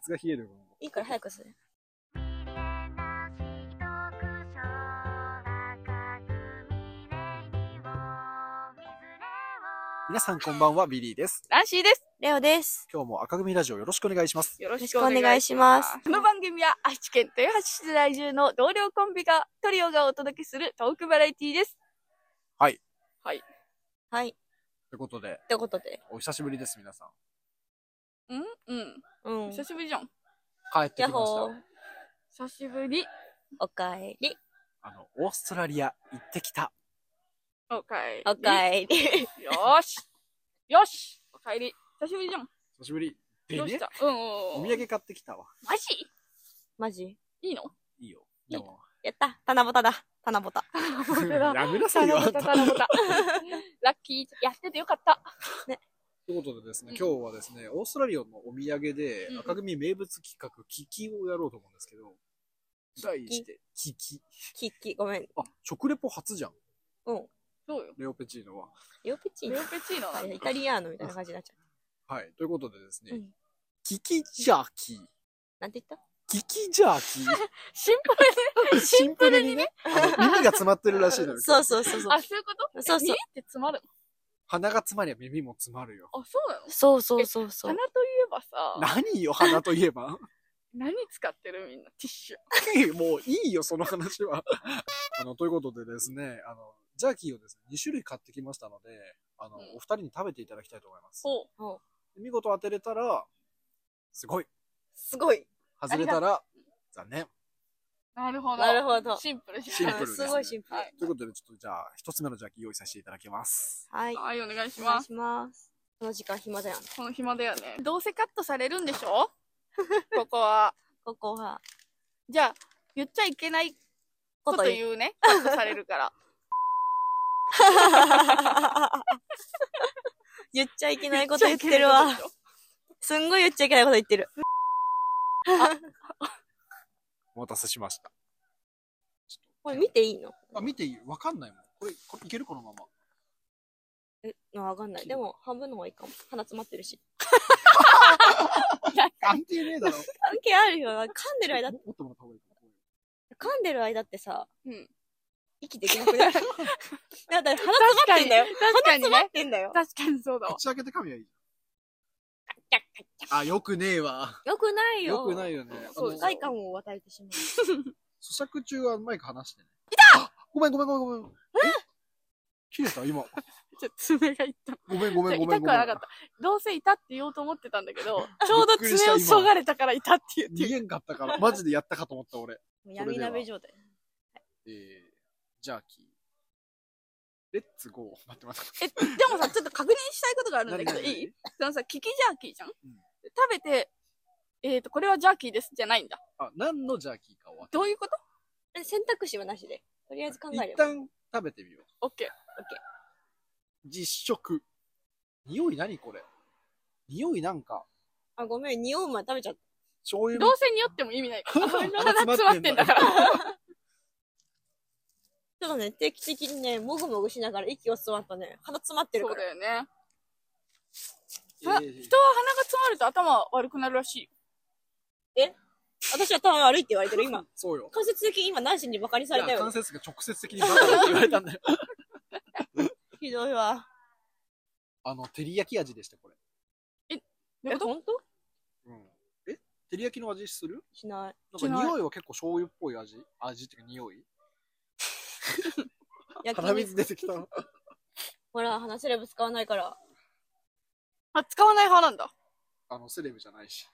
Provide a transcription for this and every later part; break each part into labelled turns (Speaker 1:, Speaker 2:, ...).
Speaker 1: ツが冷えるわ。
Speaker 2: いいから早くする。
Speaker 1: 皆さんこんばんは、ビリーです。
Speaker 3: ランシーです。
Speaker 2: レオです。
Speaker 1: 今日も赤組ラジオよろしくお願いします。
Speaker 3: よろ
Speaker 2: しくお願いします
Speaker 3: この番組は愛知県豊橋市在住の同僚コンビが、トリオがお届けするトークバラエティです。
Speaker 1: はい。
Speaker 3: はい。
Speaker 2: はい。
Speaker 1: ということで、
Speaker 2: ってことで。
Speaker 1: お久しぶりです、皆さん。
Speaker 3: うんうん。
Speaker 2: うん。
Speaker 3: 久しぶりじゃん。
Speaker 1: 帰ってき
Speaker 2: や
Speaker 1: ま
Speaker 2: っ
Speaker 1: した
Speaker 2: ほー。。
Speaker 3: 久しぶり。
Speaker 2: おかえり。
Speaker 1: あの、オーストラリア行ってきた。
Speaker 3: おかえり。
Speaker 2: おかえり。
Speaker 3: よーし。よし。おかえり。久しぶりじゃん。
Speaker 1: 久しぶり。で
Speaker 3: どうし
Speaker 1: ね、
Speaker 3: たうんうん
Speaker 1: お
Speaker 3: うん。
Speaker 1: 土産買ってきたわ。
Speaker 3: マジ
Speaker 2: マジ
Speaker 3: いいの
Speaker 1: いいよ。
Speaker 2: いい
Speaker 1: でも、
Speaker 2: やった。七夕だ。七夕。
Speaker 1: やめなさいよ。
Speaker 3: 七
Speaker 1: あん
Speaker 3: 夕、
Speaker 1: た
Speaker 3: 七夕。ラッキー。やっててよかった。
Speaker 1: ということでですね、
Speaker 3: うん
Speaker 1: 今日はですね、オーストラリアのお土産で
Speaker 3: うん、
Speaker 1: 赤組名物企画、キキをやろうと思うんですけど、題して、キキ。
Speaker 2: キッキ、ごめん。
Speaker 1: あ、食レポ初じゃん、
Speaker 2: うん。
Speaker 3: そうよ。
Speaker 1: レオペチーノは。
Speaker 2: レオペチー
Speaker 3: レ
Speaker 2: ノ
Speaker 3: オ。ペチーノな
Speaker 2: あ
Speaker 3: ん
Speaker 2: れ
Speaker 3: だ
Speaker 2: イタリアーノみたいな感じになっちゃう。
Speaker 1: はい。ということでですね、
Speaker 2: うん
Speaker 1: キキジャーキー。
Speaker 2: なんて言っ
Speaker 1: キキジャー
Speaker 3: シンプル
Speaker 1: キー。シンプルにね、あの耳が詰まってるらしいのよ
Speaker 2: た。そうそうそう
Speaker 3: に。
Speaker 2: そう
Speaker 3: あ、。そういうこと
Speaker 2: そうそう
Speaker 3: 耳って詰まる
Speaker 1: 鼻が詰まりゃ耳も詰まるよ。
Speaker 3: の。あ、そうなの
Speaker 2: そうそうそうそ
Speaker 3: 鼻
Speaker 2: う
Speaker 3: とい。えばさ、
Speaker 1: 何よ、鼻といえば。
Speaker 3: 何使ってるみんな。ティッシュ。
Speaker 1: もういいよ、その話は。 あの、ということでですね、あの、ジャーキーをですね、2種類買ってきましたので、あの、
Speaker 3: うん
Speaker 1: お二人に食べていただきたいと思います。
Speaker 3: そう。
Speaker 1: 見事当てれたら、すごい。
Speaker 2: すごい。
Speaker 1: 外れたら、残念。
Speaker 3: なるほど。
Speaker 2: なるほど
Speaker 3: シンプルじゃん
Speaker 1: シンプルですね
Speaker 2: うんすごいシンプル
Speaker 3: は。い。
Speaker 1: ということで、ちょっとじゃあ、一つ目のジャーキー用意させていただきます。
Speaker 2: はい。
Speaker 3: はい、お願いし
Speaker 2: お願
Speaker 3: ま
Speaker 2: い
Speaker 3: す。
Speaker 2: します。この時間暇だよね。
Speaker 3: この暇だよね。どうせカットされるんでし ょここは。
Speaker 2: ここは。
Speaker 3: じゃあ、言っちゃいけない
Speaker 2: こ
Speaker 3: ことと
Speaker 2: 言う。
Speaker 3: 言うね。カットされる から。
Speaker 2: 言っちゃいけないこと言ってるわ。すんごい言っちゃいけないこと言ってる。
Speaker 1: お待たせしました。
Speaker 2: これ見ていいの
Speaker 1: あ、見ていいわかんないもん。これ、これいけるこのまま。
Speaker 2: え、わかんない。でも、半分の方がいいかも。鼻詰まってるし。
Speaker 1: 関係ねえだろ。
Speaker 2: 関係あるよな。噛んでる間、
Speaker 1: ももっともらった方がいいかな。
Speaker 2: 噛んでる間ってさ、
Speaker 3: うん。
Speaker 2: 息できなく なる。だって鼻詰まってんだよ。
Speaker 3: 確かに
Speaker 2: 詰まっ
Speaker 3: ね。
Speaker 2: てんだよ。
Speaker 3: 確かにそうだわ。
Speaker 1: 口開けて噛みはいい。あ、よくねえわ。
Speaker 2: よくないよ。。
Speaker 1: よくないいよね。
Speaker 3: そう
Speaker 1: あの
Speaker 2: 快感を与えてしまう。
Speaker 1: 咀嚼中はマイク離してね。いたごめんごめんごめんごめん。え切れた今。
Speaker 3: ちょっと爪がいった。
Speaker 1: ごめんごめんごめんごめん。
Speaker 3: 痛くはなかった。どうせいたって言おうと思ってたんだけど、ちょうど
Speaker 1: びっくりした
Speaker 3: 爪をそがれたからいたって言って
Speaker 1: 逃げんかったから、マジでやったかと思った俺。
Speaker 2: 闇鍋状態。
Speaker 1: えー、ジャーキー。レッツゴー。待って待って。
Speaker 3: え、でもさ、ちょっと確認したいことがあるんだけど、
Speaker 1: 何何
Speaker 3: いいそのさ、キキジャーキーじゃん、
Speaker 1: ん
Speaker 3: 食べて、えっ、と、これはジャーキーですじゃないんだ。
Speaker 1: あ、何のジャーキーかを
Speaker 3: どういうこと
Speaker 2: え選択肢はなしで。とりあえず考え
Speaker 1: 一
Speaker 2: れば。
Speaker 1: 旦食べてみよう。
Speaker 3: オッケー。
Speaker 1: 実食。匂い何これ匂いなんか、
Speaker 2: あ、ごめん、匂う前食べちゃっ
Speaker 1: 醤油
Speaker 3: どうせによっても意味ないから。
Speaker 1: 鼻
Speaker 3: 鼻詰まってんだ から。
Speaker 2: た。ちょっとね、定期的にね、もぐもぐしながら息を吸わんとね、鼻詰まってるか
Speaker 3: そう
Speaker 2: ら。
Speaker 3: だよね。
Speaker 1: えー
Speaker 3: 人は鼻が詰まると頭悪くなるらしい。
Speaker 2: 私は頭悪いって言われてる、今。
Speaker 1: そうよ。
Speaker 2: 間接的に今、何時にバカにされた
Speaker 1: いや
Speaker 2: よ
Speaker 1: 関。節が直接的にバカだって言われたんだよ。
Speaker 2: ひどいわ。
Speaker 1: あの、照り焼き味でした、これ。
Speaker 3: どう
Speaker 2: え、
Speaker 3: いうこと
Speaker 2: ほんと
Speaker 1: うん。え照り焼きの味する
Speaker 2: しない。
Speaker 1: なん
Speaker 3: しな
Speaker 1: か
Speaker 3: い
Speaker 1: 匂いは結構醤油っぽい味味っていうか匂い
Speaker 2: 焼き
Speaker 1: 鼻水出てきた。
Speaker 2: ほら、話せれば使わないから。
Speaker 3: あ、使わない派なんだ。
Speaker 1: あの、セレブじゃないし。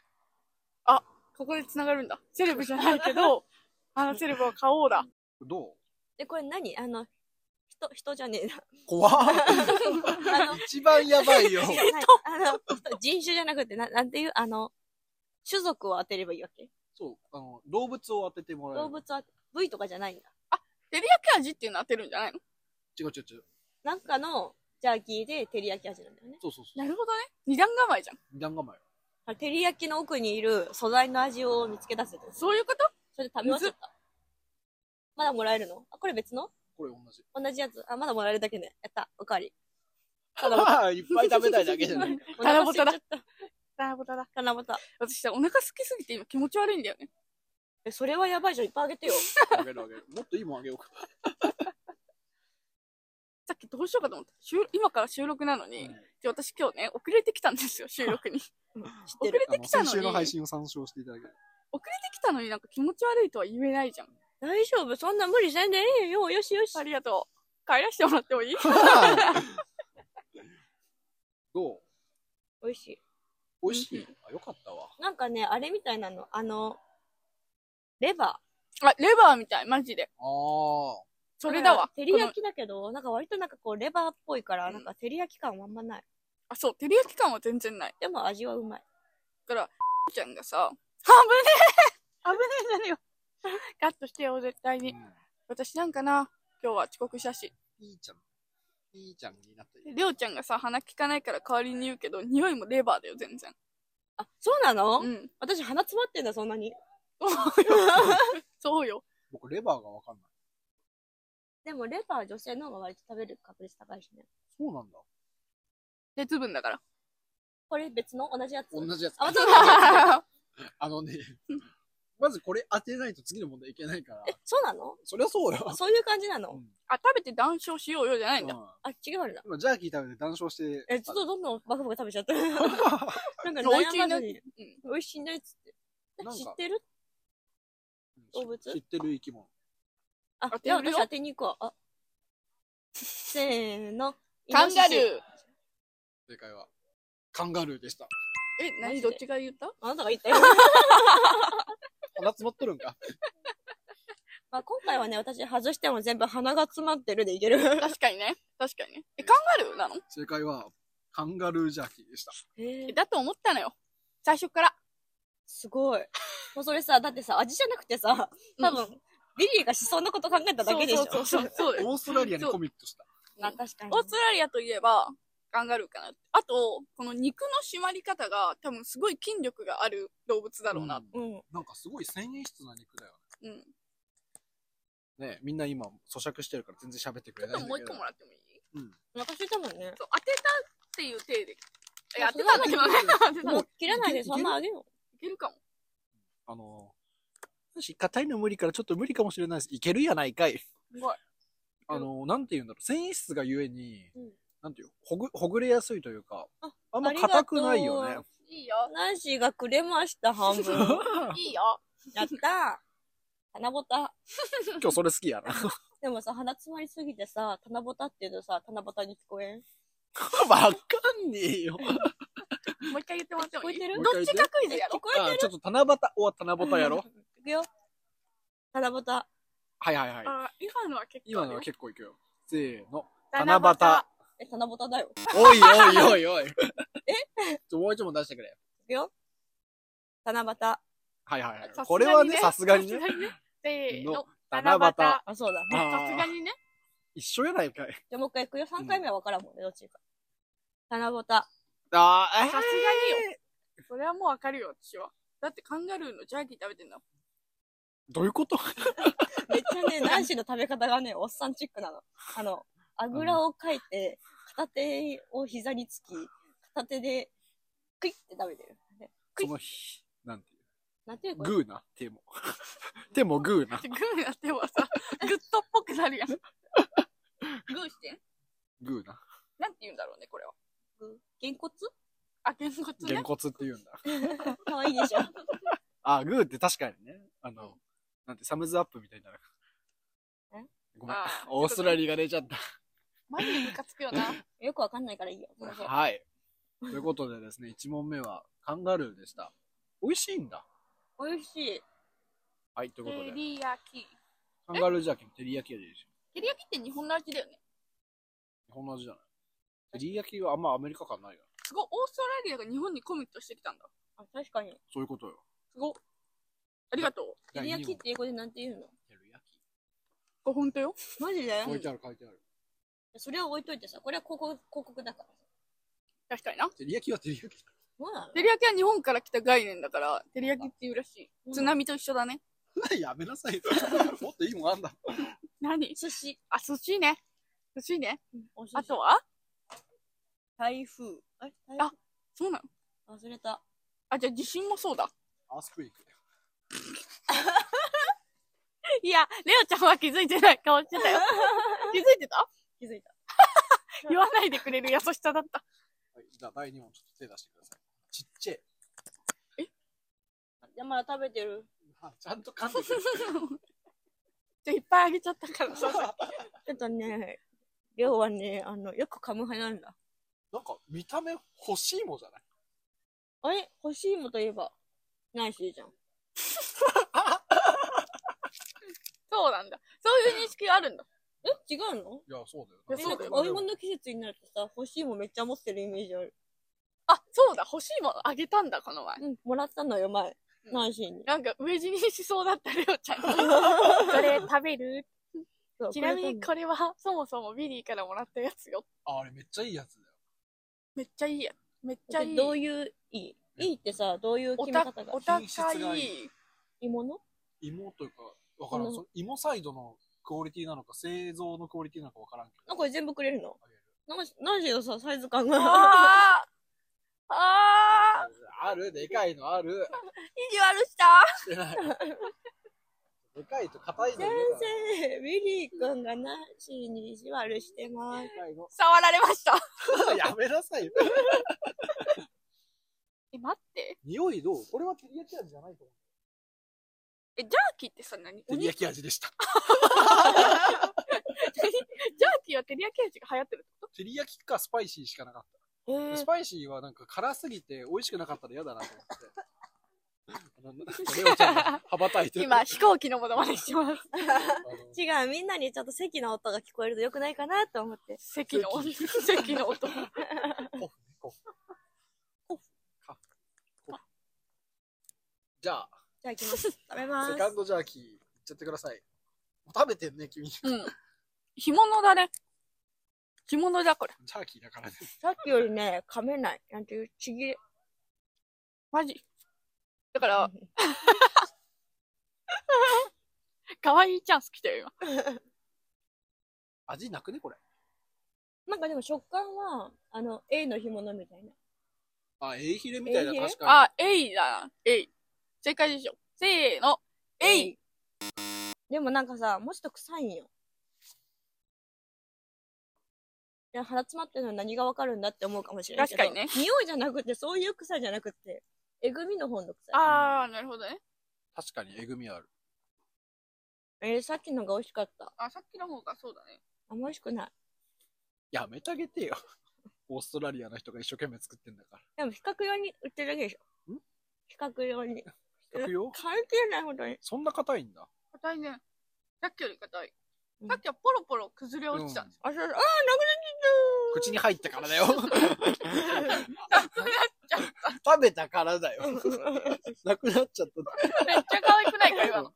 Speaker 3: ここで繋がるんだ。セレブじゃないけ ど、あのセレブは買おうだ。
Speaker 1: どう
Speaker 2: で、これ何あの、人、人じゃねえな。
Speaker 1: 怖っ
Speaker 2: あの、
Speaker 1: 一番やばいよ。
Speaker 2: はいあの、人種じゃなくて、ななんていうあの、種族を当てればいいわけ
Speaker 1: そう、あの、動物を当ててもらえる。
Speaker 2: 動物は、部位とかじゃないんだ。
Speaker 3: 照り焼き味っていうの当てるんじゃないの
Speaker 1: 違う違う違う。
Speaker 2: なんかの、ジャーキーで照り焼き味なんだよね。
Speaker 1: そうそうそ
Speaker 3: な
Speaker 1: う。
Speaker 3: るほどね。二段構えじゃん。
Speaker 1: 二段構え。
Speaker 2: あ照り焼きの奥にいる素材の味を見つけ出せて。
Speaker 3: そういうこと
Speaker 2: それで食べ終わっちゃった。まだもらえるのあ、これ別の
Speaker 1: これ同じ。
Speaker 2: 同じやつ。あ、まだもらえるだけ ね。やった。おかわり。
Speaker 1: まあ、いっぱい食べたいだけじゃないか。
Speaker 2: お腹空いちゃった
Speaker 3: 七七夕だ。
Speaker 2: 七夕。
Speaker 3: 私さ、お腹空きすぎて今気持ち悪いんだよね。
Speaker 2: え、それはやばいじゃん。いっぱいあげてよ。
Speaker 1: あげるあげる。もっといいもんあげようか。
Speaker 3: さっきどうしようかと思った。収今から収録なのに、
Speaker 1: うん
Speaker 3: で私今日ね、遅れてきたんですよ、収録に。
Speaker 2: うん知って
Speaker 3: 遅
Speaker 2: る
Speaker 3: れ。
Speaker 1: あ
Speaker 3: て
Speaker 1: の
Speaker 3: きたの
Speaker 1: 先
Speaker 3: に、遅
Speaker 1: 週
Speaker 3: れて
Speaker 1: の配信を参照していただける。
Speaker 3: きたのになんか気持ち悪いとは言えないじゃん。
Speaker 2: 大丈夫。そんな無理せんでええよ。よしよし
Speaker 3: あ。りがとう。帰らせてもらっても いい
Speaker 1: どう
Speaker 2: 美味しい。
Speaker 1: 美味し
Speaker 3: 美
Speaker 1: い
Speaker 3: 味
Speaker 1: あ、よかったわ。
Speaker 2: なんかね、あれみたいなの。あの、レバー。
Speaker 3: あ、レバーみたい、マジで。
Speaker 1: ああ。
Speaker 3: それだ
Speaker 2: なん
Speaker 3: わ
Speaker 2: か。照り焼
Speaker 3: この
Speaker 2: きだけど、なんか割となんかこう、レバーっぽいから、
Speaker 3: うん
Speaker 2: なんか照り焼き感はあんまない。
Speaker 3: あ、そう、照り焼き感は全然ない。
Speaker 2: でも味はうまい。
Speaker 3: ちゃんがさ、危ねえ危ねえじゃねえよ。カットしてよ、絶対に。私なんかな、今日は遅刻したし。
Speaker 1: いいちゃん。いいちゃんになった
Speaker 3: でりょうちゃんがさ、鼻利かないから代わりに言うけど、匂いもレバーだよ、全然。
Speaker 2: あ、そうなの、
Speaker 3: うん。
Speaker 2: 私鼻詰まってんだ、そんなに。
Speaker 3: そうよ。
Speaker 1: 僕、レバーがわかんない。
Speaker 2: でもレバー女性の方が割と食べる確率高いしね。
Speaker 1: そうなんだ。
Speaker 3: 鉄分 だから。
Speaker 2: これ別の同じやつ。
Speaker 1: 同じやつ。
Speaker 2: あまた
Speaker 1: あのね、まずこれ当てないと次の問題いけないから
Speaker 2: え。、そうなの
Speaker 1: そりゃそうよ
Speaker 2: あ。そういう感じなの、
Speaker 1: うん
Speaker 3: あ、食べて談笑しようよじゃないんだ。
Speaker 1: う
Speaker 2: あ、違うんだ。
Speaker 1: ん今、ジャーキー食べて談笑して。
Speaker 2: え、ちょっとどんどんバクバク食べちゃ った。なんか
Speaker 1: あ
Speaker 2: 悩まずに。
Speaker 3: 美味しいね
Speaker 2: 美味しいねっつって。
Speaker 1: なんか
Speaker 2: 知ってる動物
Speaker 1: 知ってる生き物。
Speaker 2: あ
Speaker 3: 当、て
Speaker 2: じゃあ
Speaker 3: るよ
Speaker 2: 私当てに行こう。あ。せーの。
Speaker 3: カンガルー
Speaker 2: イノシシ。
Speaker 1: 正解は、カンガルーでした。
Speaker 3: え、
Speaker 2: マジ
Speaker 3: 何
Speaker 2: で
Speaker 3: どっちが言った
Speaker 2: あなたが言ったよ。
Speaker 1: 鼻詰まっとるんか。
Speaker 2: まあ今回はね、私外しても全部鼻が詰まってるでいける。
Speaker 3: 確かにね。確かにね。え、カンガルーなの
Speaker 1: 正解は、カンガルージャーキーでした。
Speaker 2: へ
Speaker 3: え
Speaker 2: ー
Speaker 3: だと思ったのよ。最初から。
Speaker 2: すごい。もうそれさ、だってさ、味じゃなくてさ、多分、ビリーがしそうなこと考えただけでしょ。
Speaker 3: そうそうそう そうだよ。
Speaker 1: オーストラリアにコミットした。
Speaker 2: あ、確かに。
Speaker 3: オーストラリアといえば、カンガルーかなって。あと、この肉の締まり方が多分すごい筋力がある動物だろうな。
Speaker 1: うん
Speaker 2: うん。
Speaker 1: なんかすごい繊維質な肉だよ
Speaker 3: うん。
Speaker 1: ね。ねみんな今、咀嚼してるから全然喋ってくれ
Speaker 3: ちょ
Speaker 1: な
Speaker 3: っ
Speaker 1: い
Speaker 3: と
Speaker 1: んだ
Speaker 3: も
Speaker 1: け
Speaker 3: う一
Speaker 1: ど。
Speaker 3: 個もらってもいい
Speaker 2: お腹空いたもんね。
Speaker 3: そう、当てたっていう体で。いや
Speaker 2: あ
Speaker 3: 当てたんだけどね。当てた
Speaker 2: もう切らないで
Speaker 1: いける
Speaker 2: そんなあげよ
Speaker 3: いけるかも。
Speaker 1: あの、私、硬いの無理からちょっと無理かもしれないです。いけるやないかい。
Speaker 3: すごい。
Speaker 1: あの、なんて言うんだろう。繊維質がゆえに、
Speaker 2: うん
Speaker 1: なんていうほぐ、ほぐれやすいというか、
Speaker 2: あ
Speaker 1: あんま硬くないよ ね。
Speaker 3: いいよ。
Speaker 2: う。ナンシーがくれました、半分。
Speaker 3: いいよ。
Speaker 2: やったー。七
Speaker 1: 今
Speaker 2: 夕。
Speaker 1: 日それ好きやな。
Speaker 2: でもさ、鼻詰まりすぎてさ、七夕っていうとさ、七夕に聞こえん。
Speaker 1: わかんねえ よ。
Speaker 3: もう一回言ってもらって
Speaker 2: 聞
Speaker 3: も
Speaker 2: こ
Speaker 3: い
Speaker 2: え
Speaker 3: い
Speaker 2: てる
Speaker 1: もう
Speaker 3: どっちかクイズや
Speaker 2: 聞
Speaker 3: ろ
Speaker 2: こえ
Speaker 1: あちょっと七夕、おわ七夕やろ。
Speaker 2: いくよ。七夕。
Speaker 1: はいはいはい。
Speaker 3: あ、今のは結構。
Speaker 1: 今のは結構いくよ。せーの。
Speaker 3: 七夕
Speaker 1: 七
Speaker 2: え、七夕だよ。い
Speaker 1: おいおいおいお い。えちょ、もう一問出してくれ。
Speaker 2: くよ。七夕。
Speaker 1: はいはいはい
Speaker 3: さすがにね。
Speaker 1: これはね、さすがにね。
Speaker 3: せーの。
Speaker 1: 七
Speaker 3: 七夕
Speaker 1: 夕。
Speaker 2: あ、そうだね。
Speaker 1: あー
Speaker 3: さすがにね。
Speaker 1: 一緒やないかい。
Speaker 2: じゃあもう一回いくよ。三回目は分からんもんね、どっちか。七夕。
Speaker 1: あー、え
Speaker 3: さ
Speaker 1: ー
Speaker 3: すがによ。それはもうわかるよ、私は。だってカンガルーのジャーキー食べてんだもん。
Speaker 1: どういうこと
Speaker 2: めっちゃね、 ナンシーの食べ方がね、おっさんチックなの。あの、あぐらをかいて、片手を膝につき、片手で、クイッて食べてる。ねクイ
Speaker 1: その
Speaker 2: ッ
Speaker 1: 日、なんていう。
Speaker 2: なんていうこれ
Speaker 1: グーな、 手も。手もグーな。
Speaker 3: グーやってもさ、グッドっぽくなるやん。グーして。
Speaker 1: グーな。
Speaker 3: なんて言うんだろうね、これは。
Speaker 2: げんこつ
Speaker 3: あ、げんこつ
Speaker 1: げ
Speaker 3: ね
Speaker 1: ん。こつって言うんだ。
Speaker 2: かわいいでしょ。
Speaker 1: あー、グーって確かにね。あの、なんて、サムズアップみたいになる。
Speaker 2: え
Speaker 1: ごめん
Speaker 3: あー。
Speaker 1: オーストラリアが出ちゃった。
Speaker 3: マジでムカつく よな。
Speaker 2: よくわかんないからいいよ。ごめんなさい
Speaker 1: はい。ということでですね、1問目はカンガルーでした。美味しいんだ。
Speaker 2: 美味しい。
Speaker 1: はい、ということ
Speaker 3: 照
Speaker 1: で。
Speaker 3: り焼き。
Speaker 1: カンガルージャーキーの照り焼き味でしょ。
Speaker 3: 照り焼きって日本の味だよね。
Speaker 1: 日本の味じゃない。照り焼きはあんまアメリカ感ないよ。
Speaker 3: すごい、オーストラリアが日本にコミットしてきたんだ。
Speaker 2: あ、確かに。
Speaker 1: そういうことよ。
Speaker 3: すごい。ありがとう。
Speaker 2: 照り焼きっ
Speaker 1: 照
Speaker 2: て英語でなんて言うの
Speaker 1: り焼き。
Speaker 3: これ本当よ。
Speaker 2: マジで
Speaker 1: 書いてある書いてある。
Speaker 2: それを置いといてさ、これは広告、広告だからさ。
Speaker 3: 確かにな。
Speaker 1: 照り焼きは照り焼き。
Speaker 2: まあ、
Speaker 3: 照り焼きは日本から来た概念だから、照り焼きっていうらし
Speaker 2: う
Speaker 3: い。
Speaker 2: ん
Speaker 3: 津波と一緒だね。
Speaker 1: やめなさい よ。もっといいもんあんだ。
Speaker 3: 何
Speaker 2: 寿司。
Speaker 3: あ、寿司ね。寿司ね。
Speaker 2: お寿司
Speaker 3: あとは
Speaker 2: 台風。あれ台風
Speaker 3: あそうなの
Speaker 2: 忘れた。
Speaker 3: あ、じゃあ地震もそうだ。
Speaker 1: アースクイック。
Speaker 3: いや、レオちゃんは気づいてない顔してたよ。 気づいてた
Speaker 2: 気づいた。
Speaker 3: 言わないでくれる優しさだった。
Speaker 1: はい、じゃあ第2問ちょっと手出してください。ちっちゃい。
Speaker 2: じゃあまだ食べてる。
Speaker 1: あちゃんと噛んでくれる。
Speaker 3: じゃあいっぱいあげちゃったからさ。
Speaker 2: ちょっとね、りょうはね、あの、よく噛む派なんだ。
Speaker 1: なんか見た目欲しいもんじゃない
Speaker 2: あれ欲しいもといえば、ないしじゃん。
Speaker 3: そうなんだ。そういう認識があるんだ。
Speaker 2: え違うの
Speaker 1: いや、そうだよ。
Speaker 3: いや
Speaker 2: え、
Speaker 3: そ
Speaker 2: な
Speaker 3: うんだ
Speaker 2: か
Speaker 3: よ、
Speaker 2: お芋の季節になるとさ、欲しいもめっちゃ持ってるイメージある。
Speaker 3: あ、そうだ。欲しいものあげたんだ、この前。
Speaker 2: うん、もらったのよ、前。
Speaker 3: うん
Speaker 2: ナンシーに。
Speaker 3: なんか、飢え死にしそうだったレオちゃん。 それ食べる
Speaker 2: そう
Speaker 3: ちなみに
Speaker 2: こ
Speaker 3: これは、そもそもビリーからもらったやつよ。
Speaker 1: ああれめっちゃいいやつだよ。
Speaker 3: めっちゃいいや。めっち
Speaker 2: れ
Speaker 3: ゃ
Speaker 2: 買った
Speaker 3: い
Speaker 2: の
Speaker 3: い。
Speaker 2: どういう、いいいいってさ、どういう
Speaker 3: お
Speaker 2: 決め
Speaker 3: た
Speaker 2: 方が
Speaker 3: お高
Speaker 1: 品質がい
Speaker 3: い。
Speaker 2: いいもの
Speaker 1: 芋というか、わから。
Speaker 2: うんん
Speaker 1: その芋サイドのクオリティなのか、製造のクオリティなのかわからんけど。
Speaker 2: なんかこれ全部くれるの
Speaker 1: あげる
Speaker 2: ナンシナンシーのさ、サイズ感が。
Speaker 3: ああああ
Speaker 1: ある、でかいのある。
Speaker 3: 意地悪した
Speaker 1: して ない。でかいと硬いの
Speaker 2: 先
Speaker 1: 入れたら
Speaker 2: 生、ウィリー君がナンシーに意地悪してま
Speaker 1: で
Speaker 2: す。
Speaker 1: かいの。
Speaker 3: 触られました。
Speaker 1: やめなさいよ。
Speaker 3: え、待って。
Speaker 1: 匂いどうこれは照り焼き味じゃないと思
Speaker 3: え、ジャーキーってさ、何
Speaker 1: う。
Speaker 3: お
Speaker 1: 照
Speaker 3: 肉
Speaker 1: り焼き味でした。
Speaker 3: ジャーキーは照り焼き味が流行ってるってこ
Speaker 1: 照り焼きかスパイシーしかなかっ
Speaker 2: へ
Speaker 1: た。スパイシーはなんか辛すぎて美味しくなかったら嫌だなと思って。あのレオちゃんが羽ばたいて
Speaker 3: と
Speaker 1: る。
Speaker 3: 今、飛行機のものまねしてます。
Speaker 1: あの
Speaker 2: 違う、みんなにちょっと席の音が聞こえると良くないかなと思って。
Speaker 3: 席の音。席の音。
Speaker 1: コフね、コフ。カフコフじゃあ、
Speaker 2: じゃあ行き ます。食べま
Speaker 1: セ
Speaker 2: す。
Speaker 1: カンドジャーキー、いっちゃってください。もう食べてんね、君。ジ
Speaker 3: うん。干物だね。干物だ、これ。
Speaker 1: ャーキーだからね。
Speaker 2: さっきよりね、噛めない。なんていう、ちぎれ。
Speaker 3: マジ。だから、可愛いチャンス来たよ、
Speaker 1: 味なくね、これ。
Speaker 2: なんかでも食感は、あの、A の干物みたいな。
Speaker 1: あ、エイヒレみたいな、
Speaker 2: エイヒレ
Speaker 1: 確
Speaker 3: 今。
Speaker 1: か
Speaker 3: あ、えいだな。えい。正解でしょ。せーの。えい。
Speaker 2: でもなんかさ、もうちょっと臭いんよ。いや、鼻詰まってるの何がわかるんだって思うかもしれないけど。
Speaker 3: 確かにね。
Speaker 2: 匂いじゃなくて、そういう臭いじゃなくて、えぐみの方の臭い。
Speaker 3: あー、なるほどね。
Speaker 1: に。確かに、えぐみある。
Speaker 2: えー、さっきのが美味しかった。
Speaker 3: あ、さっきの方がそうだね。
Speaker 2: あんま美味しくない。
Speaker 1: やめてあげてよ。オーストラリアの人が一生懸命作ってんだか
Speaker 2: でも、比較用に売ってるだけでしょ。
Speaker 1: ん
Speaker 2: 比較用に。
Speaker 1: ら。くよ。
Speaker 2: 関係ないほどに。
Speaker 1: そんな硬いんだ。
Speaker 3: 硬いね。さっきより硬い
Speaker 2: うん。
Speaker 3: さっきはポロポロ崩れ落ちたんですよ。
Speaker 2: あ、そうそう、あー、なくなっ
Speaker 1: 口に入ったから だよ。
Speaker 3: なくなっちゃっ
Speaker 1: 食べたからだよ。
Speaker 2: ちゃった。
Speaker 1: なくなっちゃった。
Speaker 3: た。めっちゃ可愛くないか、今の。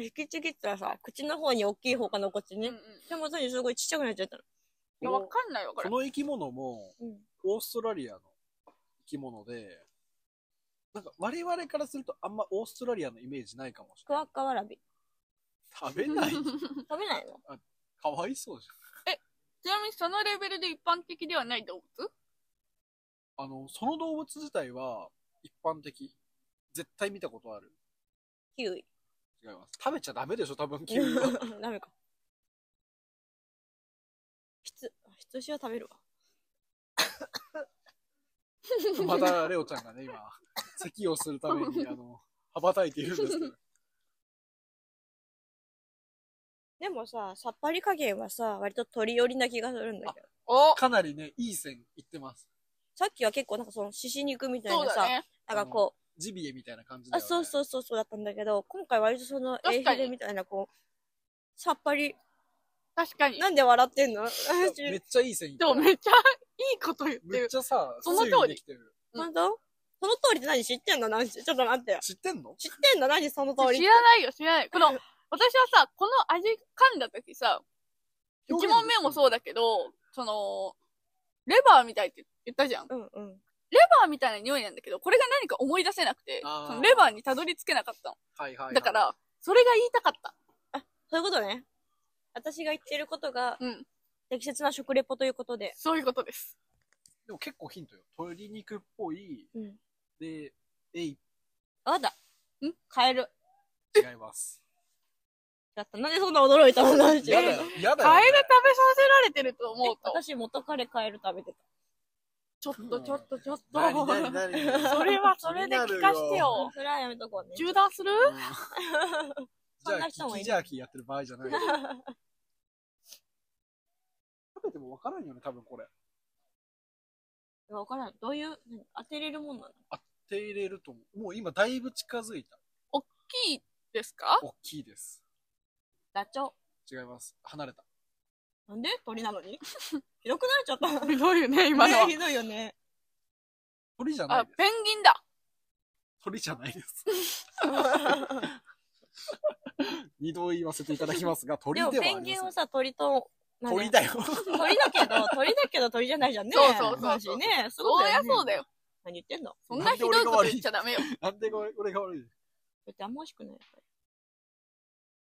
Speaker 2: 引きちぎったらさ、口の方に大きい方が残って
Speaker 3: うん
Speaker 2: ね。
Speaker 3: うん。い
Speaker 2: 手元にすごいちっちゃくなっちゃったの。
Speaker 3: や、わかんないよ、こ
Speaker 1: こ
Speaker 3: れ。
Speaker 1: の生き物も、
Speaker 2: うん。
Speaker 1: オーストラリアの生き物で、なんか我々からするとあんまオーストラリアのイメージないかもし
Speaker 2: ク
Speaker 1: れない
Speaker 2: ワッ。カワラビ。
Speaker 1: 食べ ない
Speaker 2: 食べないの
Speaker 1: かわいそうじ
Speaker 3: ちなみにそのレベルで一般的ではない動物
Speaker 1: ゃん。あの、その動物自体は一般的。絶対見たことある。
Speaker 2: キウイ。
Speaker 1: 違います。食べちゃダメでしょ、多分、キウイは。
Speaker 2: ダメか。ひつ、ひつしは食べるわ。
Speaker 1: またレオちゃんがね、今、咳をするために、あの、羽ばたいているんですけど。
Speaker 2: でもさ、さっぱり加減はさ、割と鳥寄りな気がするんだけど。
Speaker 3: お
Speaker 1: かなりね、いい線いってます。
Speaker 2: さっきは結構なんかその、獅子肉みたい
Speaker 3: そう
Speaker 2: な
Speaker 3: だ
Speaker 2: さ、
Speaker 3: ね。
Speaker 2: なんかこ
Speaker 1: ジビエみたいな感じ
Speaker 2: う、
Speaker 1: だ
Speaker 2: あ、
Speaker 1: よね。
Speaker 2: そうそうそうそうだったんだけど、今回割とその、エイ
Speaker 3: 確か
Speaker 2: ヒ
Speaker 3: に
Speaker 2: レみたいなこう、さっぱり、
Speaker 3: 確かに。
Speaker 2: なんで笑ってん の
Speaker 1: めっちゃいい線いって
Speaker 3: でも
Speaker 1: る。
Speaker 3: めっちゃいいこと言って
Speaker 1: めっ
Speaker 3: る。
Speaker 1: ちゃさ、
Speaker 3: その通り
Speaker 1: 推理できてる。
Speaker 2: 本当その通りって何知ってんの何ちょっと待ってよ。
Speaker 1: 知ってんの
Speaker 2: 知ってんの何その通り
Speaker 3: 知。らないよ、知らない。この、私はさ、この味噛んだ時さ、1
Speaker 1: 表現
Speaker 3: 問目もそうだけど、その、レバーみたいって言ったじゃん。レ
Speaker 2: うんうん。
Speaker 3: バーみたいな匂いなんだけど、これが何か思い出せなくて、
Speaker 1: あー
Speaker 3: そのレバーにたどり着けなかったの。
Speaker 1: はいはいはい。
Speaker 3: だか、ら、それが言いたかった。
Speaker 2: そういうことね。私が言ってることが
Speaker 3: うん。
Speaker 2: 適切な食レポということで。
Speaker 3: そういうことです。
Speaker 1: でも結構ヒントよ。鶏肉っぽい、
Speaker 2: うん
Speaker 1: で、えい、
Speaker 2: わかった。んカエル。
Speaker 1: 違います。
Speaker 2: だった。なんでそんな驚いたの何し
Speaker 1: やだよ。やだよ。
Speaker 3: カエル食べさせられてると思うと。
Speaker 2: 私元彼カエル食べてた。
Speaker 3: ちょっとちょっとちょっと。
Speaker 1: なになになに
Speaker 3: それはそれで聞かしてよ。
Speaker 2: それはやめとこうね。
Speaker 3: 中断する
Speaker 1: うんじ
Speaker 2: そん
Speaker 1: ゃ
Speaker 2: な
Speaker 1: あ、キ
Speaker 2: 人も
Speaker 1: キ
Speaker 2: いる
Speaker 1: ジャーキーやってる場合じゃない。食べてもわからんよね、多分これ。
Speaker 2: わからん。どういう、何当てれるもんなの
Speaker 1: 手入れると思う。もう今だいぶ近づいた。
Speaker 3: 大きいですか
Speaker 1: 大きいです。
Speaker 2: ダチョ
Speaker 1: 違います。離れた。
Speaker 2: ウ。なんで鳥なのに ひどくなっちゃった。
Speaker 3: ひどいよね、今のは
Speaker 2: ね。ひどいよね。
Speaker 1: 鳥じゃない
Speaker 3: あ
Speaker 1: です、。
Speaker 3: ペンギンだ。
Speaker 1: 鳥じゃないです。 二度言わせていただきますが、鳥
Speaker 2: で
Speaker 1: では
Speaker 2: も
Speaker 1: ありません。
Speaker 2: ペンギンはさ、鳥と、まあね
Speaker 1: 鳥だよ。
Speaker 2: 鳥だけど、鳥だけど鳥じゃないじゃんね。
Speaker 3: そうそうそう
Speaker 2: だしね。そ
Speaker 3: そう
Speaker 2: だ
Speaker 3: りゃ
Speaker 2: よね
Speaker 3: そうだよ。
Speaker 2: 何言ってんのだ
Speaker 3: そんなひどいこと言っちゃダメよ。
Speaker 1: なんで俺俺が悪い
Speaker 2: ってあんま美味しくない。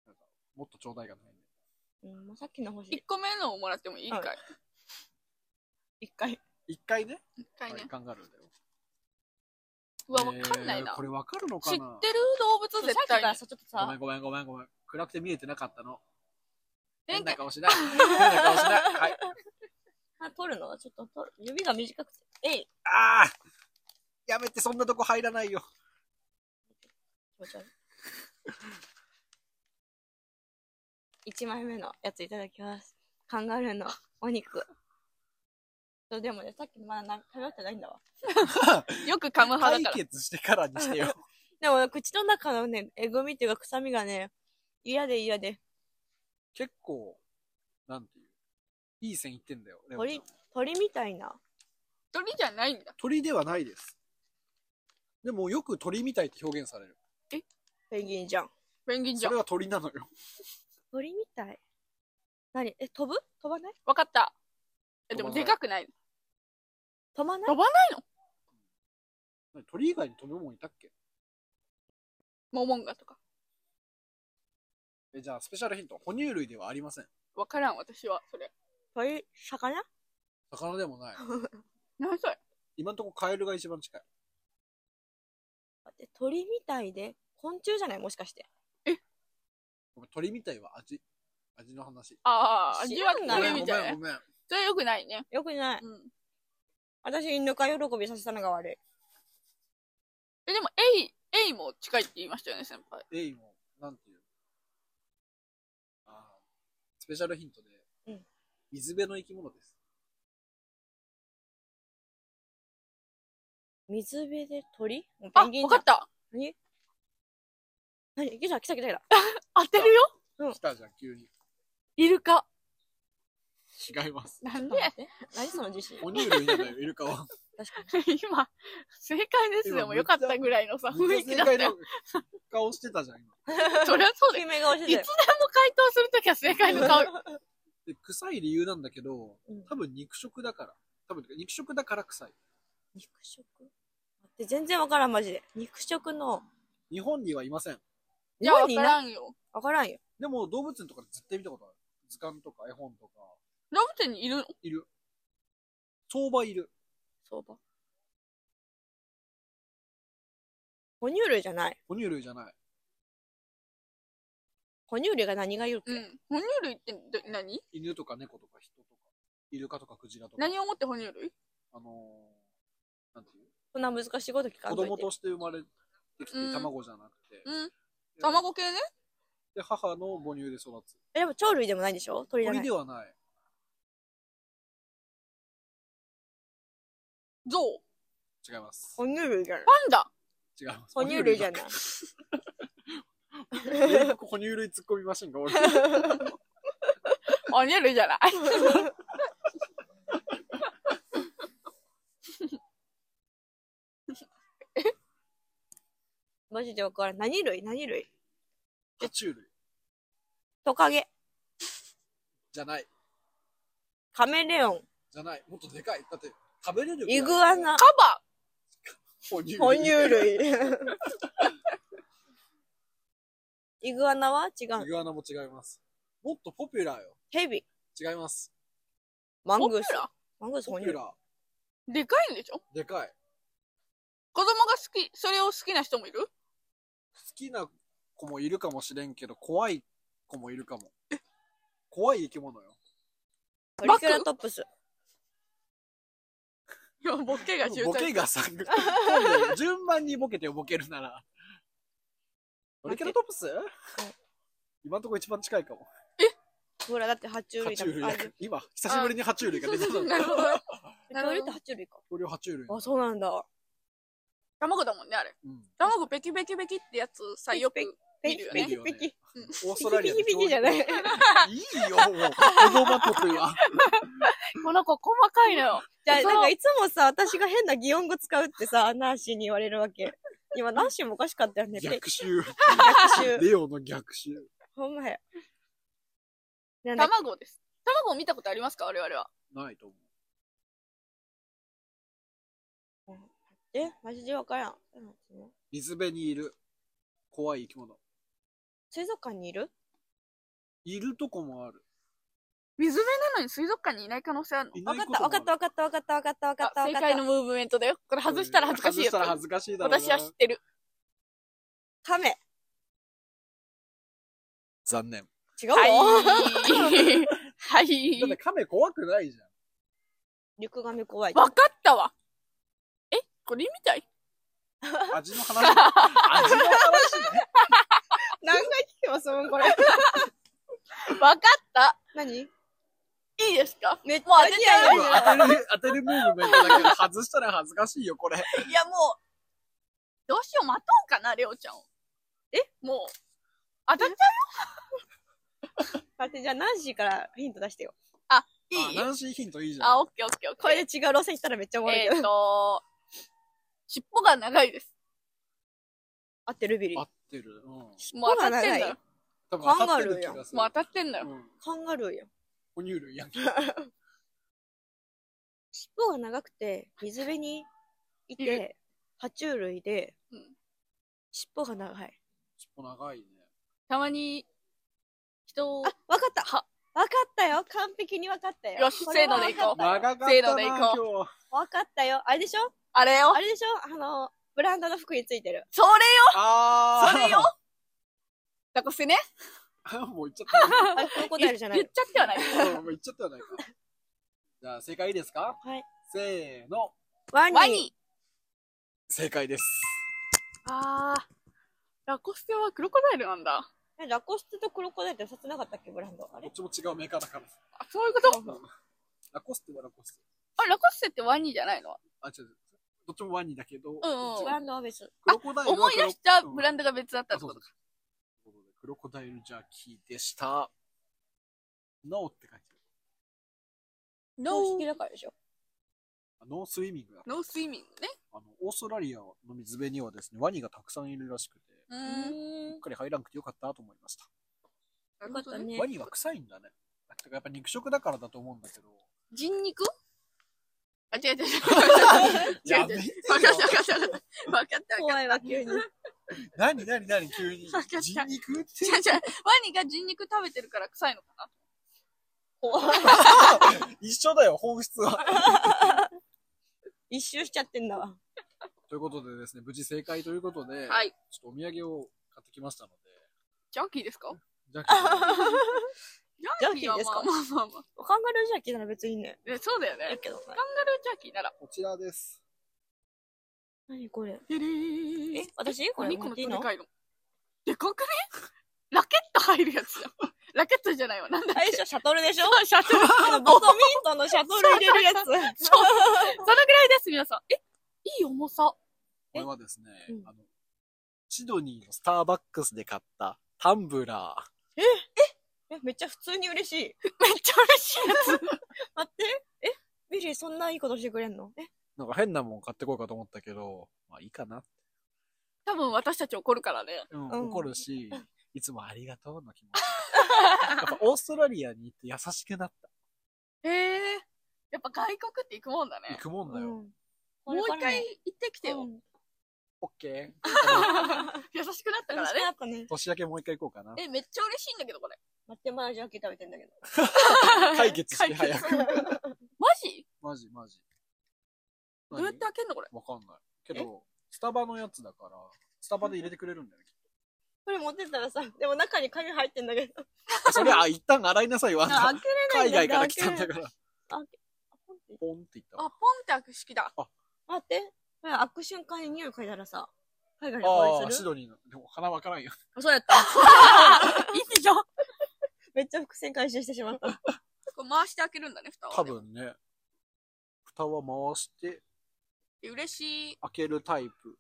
Speaker 2: やっぱ
Speaker 1: もっとちょうだいがないんで。
Speaker 2: りうん、もうさっきの欲し
Speaker 3: 1
Speaker 2: い。
Speaker 3: 個目のをもらってもいいかい
Speaker 2: は一回。
Speaker 1: 一回ね。
Speaker 3: 一回ね
Speaker 1: はい。カンガルーだよ。
Speaker 3: うわ、わかんない
Speaker 1: えー
Speaker 3: な
Speaker 1: こ。れわかるの
Speaker 3: 知
Speaker 1: か
Speaker 3: って
Speaker 1: な
Speaker 3: る動物
Speaker 2: さっ
Speaker 3: 絶
Speaker 2: きか
Speaker 3: 対
Speaker 2: ら
Speaker 3: に。
Speaker 2: さ、ちょっと
Speaker 1: ごめ
Speaker 2: さ
Speaker 1: ん、ごめんごめんごめん。暗くて見えてなかったの。
Speaker 3: な
Speaker 1: 変
Speaker 3: ん
Speaker 1: な
Speaker 3: か
Speaker 1: 顔しない。変な顔しない。はい。
Speaker 2: あ取るのちょっと取る。指が短くて。えい
Speaker 1: ああやめて、そんなとこ入らないよ。
Speaker 2: 気持ち悪い。1枚目のやついただきます。カンガルーのお肉。そう、でもね、さっきまだな食べ終わってないんだわ。
Speaker 3: よく噛む
Speaker 1: 解
Speaker 3: 派だから。
Speaker 1: 決してからにしてよ。
Speaker 2: でも、口の中のね、えぐみっていうか臭みがね、嫌で嫌で。
Speaker 1: 結構、なんていう。いい線いってんだよ。レオちゃ
Speaker 2: 鳥
Speaker 1: ん、
Speaker 2: 鳥みたいな。
Speaker 3: 鳥じゃないんだ。
Speaker 1: 鳥ではないです。でもよく鳥みたいって表現される。
Speaker 2: ペンギンじゃん。
Speaker 3: ペンギンじ
Speaker 1: そ
Speaker 3: ゃん
Speaker 1: れ。は鳥なのよ。
Speaker 2: 鳥みたい。何え、飛ぶ飛ばない
Speaker 3: わかった。えでも
Speaker 1: 飛ばな
Speaker 3: で
Speaker 1: い
Speaker 3: かくない。
Speaker 2: 飛ばない
Speaker 3: 飛ばないの
Speaker 1: 鳥以外に飛ぶもんいたっけ
Speaker 3: モモンガとか。
Speaker 1: えじゃあ、スペシャルヒント。哺乳類ではありません。
Speaker 3: わからん、私は。それ。
Speaker 2: 鳥、魚
Speaker 1: 魚でもない。
Speaker 3: 何それ
Speaker 1: 今んとこカエルが一番近い。
Speaker 2: 待って鳥みたいで、昆虫じゃないもしかして。
Speaker 1: ごめん鳥みたいは味。味の話。
Speaker 3: ああ、味は
Speaker 2: 知
Speaker 1: ご
Speaker 2: らん
Speaker 1: め
Speaker 3: 鳥
Speaker 1: ん
Speaker 3: み
Speaker 1: ご
Speaker 3: た
Speaker 1: めん
Speaker 3: いね
Speaker 1: ご。めん。
Speaker 3: それよくないね。
Speaker 2: よくない。
Speaker 3: うん。
Speaker 2: 私、ぬか喜びさせたのが悪い。
Speaker 3: え、でも、エイ、エイも近いって言いましたよね、先輩。
Speaker 1: エイも、なんていう。あースペシャルヒントで、
Speaker 2: うん
Speaker 1: 水辺の生き物です。
Speaker 2: 水辺で鳥
Speaker 3: あ、
Speaker 2: ペンギン
Speaker 3: わ
Speaker 2: じゃ
Speaker 3: か
Speaker 2: ん
Speaker 3: っ。た。
Speaker 2: 何来た来た来た来た。
Speaker 3: 当てるよ。
Speaker 1: 来たじゃん、急に。
Speaker 3: イルカ。
Speaker 1: 違います。
Speaker 3: なん
Speaker 2: ち
Speaker 3: で
Speaker 2: ょっと待って何その自信
Speaker 1: 哺乳類なのよ、イルカ は。
Speaker 2: 確かに。
Speaker 3: 今、正解ですでもよかったぐらいのさ、雰囲気だったよ。
Speaker 1: 顔してたじゃん、今。
Speaker 3: そりゃそうだよ。
Speaker 2: 鳥目が落
Speaker 3: いつで
Speaker 2: ち
Speaker 3: も
Speaker 2: て
Speaker 3: 回答するときは正解の 顔。
Speaker 1: で、臭い理由なんだけど
Speaker 2: うん、
Speaker 1: 多分肉食だから。多分、肉食だから臭い。
Speaker 2: 肉食待って、全然わからん、マジで。肉食の、
Speaker 1: 日本にはいません。
Speaker 3: じゃ
Speaker 2: 日本
Speaker 3: あ分
Speaker 2: にい
Speaker 3: か
Speaker 2: な
Speaker 3: らんよ。
Speaker 2: わからんよ。
Speaker 1: でも、動物園とかで絶対見たことある。図鑑とか絵本とか、
Speaker 3: 動物園にいるの
Speaker 1: いる。相場いる。
Speaker 2: 相場。哺乳類じゃない。
Speaker 1: 哺乳類じゃない。
Speaker 2: 哺乳類が何が言うって、
Speaker 3: うん。哺乳類ってど何
Speaker 1: 犬とか猫とか人とか、イルカとかクジラとか。
Speaker 3: 何をもって哺乳類
Speaker 1: あのー、なんていう
Speaker 2: そんな難しいこと聞か
Speaker 1: 子
Speaker 2: んといて。
Speaker 1: 供として生まれてきて
Speaker 3: うん
Speaker 1: 卵じゃなくて。
Speaker 3: うん。
Speaker 1: で
Speaker 3: 卵系ね
Speaker 1: で、母の母乳で育つ。
Speaker 2: え、でも鳥類でもないんでしょ鳥じゃ
Speaker 1: 鳥
Speaker 2: ない
Speaker 1: で。はない。
Speaker 3: ゾウ。
Speaker 1: 違います。
Speaker 2: 哺乳類じゃない。
Speaker 3: パンダ。
Speaker 1: 違います。
Speaker 2: 哺乳類じゃない。
Speaker 1: よく哺乳類突っ込みマシン がおる。
Speaker 3: 哺乳類じゃない。
Speaker 2: マジでわからん。何類何類
Speaker 1: 爬虫類
Speaker 2: トカゲ。
Speaker 1: じゃない。
Speaker 2: カメレオン。
Speaker 1: じゃない。もっとでかい。だって、食べれるぐらい
Speaker 2: イグア。ナ。
Speaker 3: カバ。
Speaker 1: 哺乳類。
Speaker 2: 哺乳類。 イグアナは違
Speaker 1: イ
Speaker 2: う。
Speaker 1: グアナも違います。もっとポピュラーよ。
Speaker 2: ヘビ。
Speaker 1: 違います。
Speaker 2: マン
Speaker 3: ポ
Speaker 2: グ
Speaker 3: ピュ
Speaker 2: ース。
Speaker 3: ラ
Speaker 2: マングース
Speaker 1: ポ
Speaker 2: 哺
Speaker 1: ピ
Speaker 2: 乳
Speaker 1: ュ
Speaker 2: 類
Speaker 1: ラ。ー。
Speaker 3: でかいんでしょ
Speaker 1: でかい。
Speaker 3: 子供が好き、それを好きな人もいる
Speaker 1: 好きな子もいるかもしれんけど、怖い子もいるかも。怖い生き物よ。
Speaker 2: ト
Speaker 3: バ
Speaker 2: リ
Speaker 3: ッグ
Speaker 2: ケラトップス。
Speaker 3: いや、ボケが渋滞。
Speaker 1: ボケがさ、順番にボケてよボケるな ら。トリケラトプス今んとこ一番近いかも。
Speaker 2: ほら、だって爬虫
Speaker 1: 爬
Speaker 2: 類だ
Speaker 1: 虫
Speaker 2: も
Speaker 1: 類
Speaker 2: ん。あ、。
Speaker 1: 今、久しぶりに爬虫類が出てきた。
Speaker 3: なるほどね。
Speaker 2: 恐竜って爬虫類か。
Speaker 1: 恐竜爬虫類。
Speaker 2: あ、そうなんだ。
Speaker 3: 卵だもんね、あれ。
Speaker 1: うん
Speaker 3: 卵ペキペキペキってやつさ、よく。
Speaker 2: ペ
Speaker 3: 見
Speaker 2: キ
Speaker 3: るよ
Speaker 2: ペ
Speaker 3: ね
Speaker 2: キペキ。
Speaker 1: オーストラリアの
Speaker 2: ピキピキじゃない
Speaker 1: いいよ、もう。子供得意は。
Speaker 3: この子細かいのよ。
Speaker 2: じゃあ、
Speaker 3: そう
Speaker 2: なんかいつもさ、私が変な擬音語使うってさ、ナーシーに言われるわけ。今、ナーシーもおかしかったよね。ペ
Speaker 1: 逆襲。
Speaker 2: 逆襲。
Speaker 1: レオの逆襲。
Speaker 2: ほんまや。なんだ
Speaker 3: 卵です。卵を見たことありますか我々は。
Speaker 1: ないと思
Speaker 2: え、マジでわからん。
Speaker 1: う。水辺にいる。怖い生き物。
Speaker 2: 水族館にいる
Speaker 1: いるとこもある。
Speaker 3: 水辺なのに水族館にいない可能性あるの
Speaker 1: いな
Speaker 2: わ
Speaker 1: い
Speaker 2: かっ
Speaker 1: こと
Speaker 2: た、
Speaker 1: もあ
Speaker 2: わ
Speaker 1: る
Speaker 2: かった、わかった、わかった、わかった、わかった、
Speaker 3: あ
Speaker 2: わ
Speaker 3: 正
Speaker 2: かっ
Speaker 3: 解の
Speaker 2: た。
Speaker 3: ムーブメントだよ。これ外したら恥ずかしいや
Speaker 1: 外し
Speaker 3: つ。
Speaker 1: たら恥ずかしいだろうな。
Speaker 3: 私は知ってる。
Speaker 2: カメ。
Speaker 1: 残念。
Speaker 2: 違うわ。
Speaker 3: はい。は
Speaker 1: だって
Speaker 3: い。
Speaker 1: カメ怖くないじゃん。
Speaker 2: リュクガメ怖い。
Speaker 3: わかったわ。え、これみたい
Speaker 1: 味の話。味の話ね。
Speaker 2: 何回聞きますもん、これ。
Speaker 3: わかった。
Speaker 2: 何
Speaker 3: いいですか
Speaker 2: めっちゃ
Speaker 3: もう当てちゃう
Speaker 2: 似合
Speaker 1: 当
Speaker 2: う
Speaker 1: てる、当てるムーブメントだけど、外したら恥ずかしいよ、これ。
Speaker 3: いや、もう、どうしよう、待とうかな、レオちゃんを。えもう、当たっち
Speaker 2: 待って、じゃあナンシーからヒント出してよ。
Speaker 3: ゃうい
Speaker 1: あ、
Speaker 3: い
Speaker 1: ナンシーヒントいいじゃん。
Speaker 3: あ、オッケーオッケーオッケー。
Speaker 2: これで違う路線行ったらめっちゃおもろい
Speaker 3: え
Speaker 2: けど。
Speaker 3: っ、と、尻尾が長いです。
Speaker 2: 合ってるビリ
Speaker 1: 合。ってる。うん。
Speaker 3: もう当たって
Speaker 2: 尻尾が長
Speaker 3: んだ
Speaker 2: い
Speaker 3: よ。
Speaker 1: 多
Speaker 2: カンガルーや
Speaker 1: 当たってる
Speaker 2: ん
Speaker 1: 気がする
Speaker 3: もう当たってんだよ。
Speaker 1: うん。
Speaker 2: カンガルーよ。
Speaker 1: 哺乳類やんけ。
Speaker 2: 尻尾が長くて、水辺にい
Speaker 3: いる
Speaker 2: て、爬虫類で
Speaker 3: うん、
Speaker 2: 尻尾が長い。
Speaker 1: 尻尾長いね。
Speaker 3: たまに、人を
Speaker 2: あ、、わかった
Speaker 3: は
Speaker 2: わかったよ完璧にわかったよ。
Speaker 3: よし
Speaker 2: これは
Speaker 3: せーのでいこう
Speaker 2: わ
Speaker 1: 長
Speaker 2: かった
Speaker 1: か
Speaker 2: よ
Speaker 1: ったな。
Speaker 3: せーので行
Speaker 1: こう。
Speaker 2: わかったよ。あれでしょ
Speaker 3: あれよ
Speaker 2: あ、れでしょあの、ブランドの服についてる。
Speaker 3: それよ
Speaker 1: あー。
Speaker 3: それよだこせね。
Speaker 1: よ もう言っちゃっ
Speaker 2: あれ、この答えあるじゃない
Speaker 3: 言っちゃってはない。
Speaker 1: た。もう言っちゃったじゃないか。じゃあ、正解いいですか
Speaker 2: はい。
Speaker 1: せーの。
Speaker 2: ワニ。
Speaker 3: ワニ。
Speaker 1: 正解です。
Speaker 3: あー。ラコステはクロコダイルなんだ。
Speaker 2: えラコステとクロコダイルって二つなかったっけブランド。あ
Speaker 1: ど
Speaker 2: れ
Speaker 1: っちも違うメーカーだから。
Speaker 3: あ、そういうこと
Speaker 1: ラコステはラコステ。
Speaker 3: あ、ラコステってワニじゃないの
Speaker 1: あ、違う。どっちもワニだけど、
Speaker 3: うんうん
Speaker 2: ブランドは別。
Speaker 1: クロコダイルは
Speaker 3: 思い出したブラ
Speaker 1: ン
Speaker 3: ンドが別だったってことか。
Speaker 1: ド。そうそうクロコダイルジャーキーでした。ノーって書いてある
Speaker 3: ノ
Speaker 2: 公式
Speaker 3: ー、
Speaker 2: だからでしょ。
Speaker 1: あ。ノースイミングだ。
Speaker 3: ノースイミングね。
Speaker 1: あの、オーストラリアの水辺にはですね、ワニがたくさんいるらしくて、
Speaker 3: う
Speaker 2: う
Speaker 3: ーん。
Speaker 2: ー
Speaker 1: うんっ。かり入らなくてよかったと思いました。
Speaker 3: なる
Speaker 2: かっ
Speaker 3: ほど
Speaker 2: た
Speaker 3: ね。
Speaker 2: ね
Speaker 1: ワ。ニは臭いんだね。てかやっぱ肉食だからだと思うんだけど。
Speaker 3: 人肉あ、違う違う違う。 違
Speaker 1: や
Speaker 3: う違う
Speaker 1: べえよ。
Speaker 3: わかったわかったわかった。わかったわかった。
Speaker 2: 怖いわ、急に。
Speaker 1: 何何何急に
Speaker 3: わかっ。た
Speaker 1: 人肉って
Speaker 3: 違う違う。ワニが人肉食べてるから臭いのかな
Speaker 2: 怖い。
Speaker 1: 一緒だよ、本質は。
Speaker 2: 一周しちゃってんだ わ。と
Speaker 1: ということでですね、無事正解ということで、
Speaker 3: はい。
Speaker 1: ちょっとお土産を買ってきましたので、
Speaker 3: ジャーキーですか
Speaker 1: ジャ ッキー
Speaker 3: ジャーキーはまあまあまあまあ
Speaker 2: カンガルージャーキーなら別にね。
Speaker 3: ねそうだよ
Speaker 2: だ
Speaker 3: ね。
Speaker 2: けどな
Speaker 3: カンガルージャーキーなら。
Speaker 1: こちらです。
Speaker 2: 何これ。
Speaker 3: え
Speaker 2: え、私こ
Speaker 3: お
Speaker 2: れ
Speaker 3: 肉
Speaker 2: 持
Speaker 3: の
Speaker 2: ってい
Speaker 3: で
Speaker 2: いの
Speaker 3: かいの。でかくね ラケット入るやつじ ゃん。ラケットじゃないわ。なんだっ
Speaker 2: あれ
Speaker 3: け
Speaker 2: でしょシャトルでしょ
Speaker 3: そうシャトル。
Speaker 2: あのバドミントンのシャトル入れるやつ。
Speaker 3: そう。 そのぐらいです、皆さん。えいい重さ。
Speaker 1: これはですね、
Speaker 2: うん
Speaker 1: あの、シドニーのスターバックスで買ったタンブラー。
Speaker 2: えめっちゃ普通に嬉しい。
Speaker 3: めっちゃ嬉しいやつ。
Speaker 2: 待って。え、ビリーそんないいことしてくれんのえ、
Speaker 1: なんか変なもん買ってこようかと思ったけど、まあいいかな。
Speaker 3: 多分私たち怒るからね。
Speaker 1: うん、
Speaker 2: うん
Speaker 1: 怒るし、いつもありがとうの気持ち。やっぱオーストラリアに行って優しくなった。
Speaker 3: へえ。やっぱ外国って行くもんだ ね
Speaker 1: 行。くもんだよ。
Speaker 2: ん
Speaker 3: もう一回行ってきて
Speaker 2: う
Speaker 3: よ。
Speaker 2: ん
Speaker 1: オッケー。
Speaker 3: 優しくなった
Speaker 2: 楽
Speaker 3: から
Speaker 2: しくな
Speaker 3: ね。
Speaker 2: ったね。
Speaker 1: 年明けもう一回行こうかな。
Speaker 3: え、めっちゃ嬉しいんだけど、これ。
Speaker 2: 待って、まだジャーキー食べてんだけど。
Speaker 1: 解決して
Speaker 3: 解決
Speaker 1: 早く。
Speaker 3: マジ
Speaker 1: マジマジ。
Speaker 3: どうやって開けんのこれ。
Speaker 1: わかんない。けど、スタバのやつだから、スタバで入れてくれるんだよね。
Speaker 2: これ持ってったらさ、でも中に紙入ってんだけど。
Speaker 1: それは一旦洗いなさいよ。あんた
Speaker 2: 開けれない
Speaker 1: 海外
Speaker 2: んだけど。
Speaker 1: から来たんだから。
Speaker 2: 開けれない
Speaker 1: ポンって言った
Speaker 3: あ、ポン
Speaker 1: わ。
Speaker 3: って開く式だ。
Speaker 2: 待って。これ開く瞬間に匂い嗅いだらさ、海外の
Speaker 1: あ
Speaker 2: 香
Speaker 1: あ
Speaker 2: り
Speaker 1: ー、
Speaker 2: す
Speaker 1: シ
Speaker 2: る
Speaker 1: ドニーの。でも鼻わからんよ。
Speaker 2: あそうや った。
Speaker 3: いいでしょ
Speaker 2: めっちゃ伏線回収してしまった。
Speaker 3: こう回して開けるんだね、蓋を。
Speaker 1: 多。分ね。蓋は回して
Speaker 3: 嬉しい。
Speaker 1: 開けるタイプ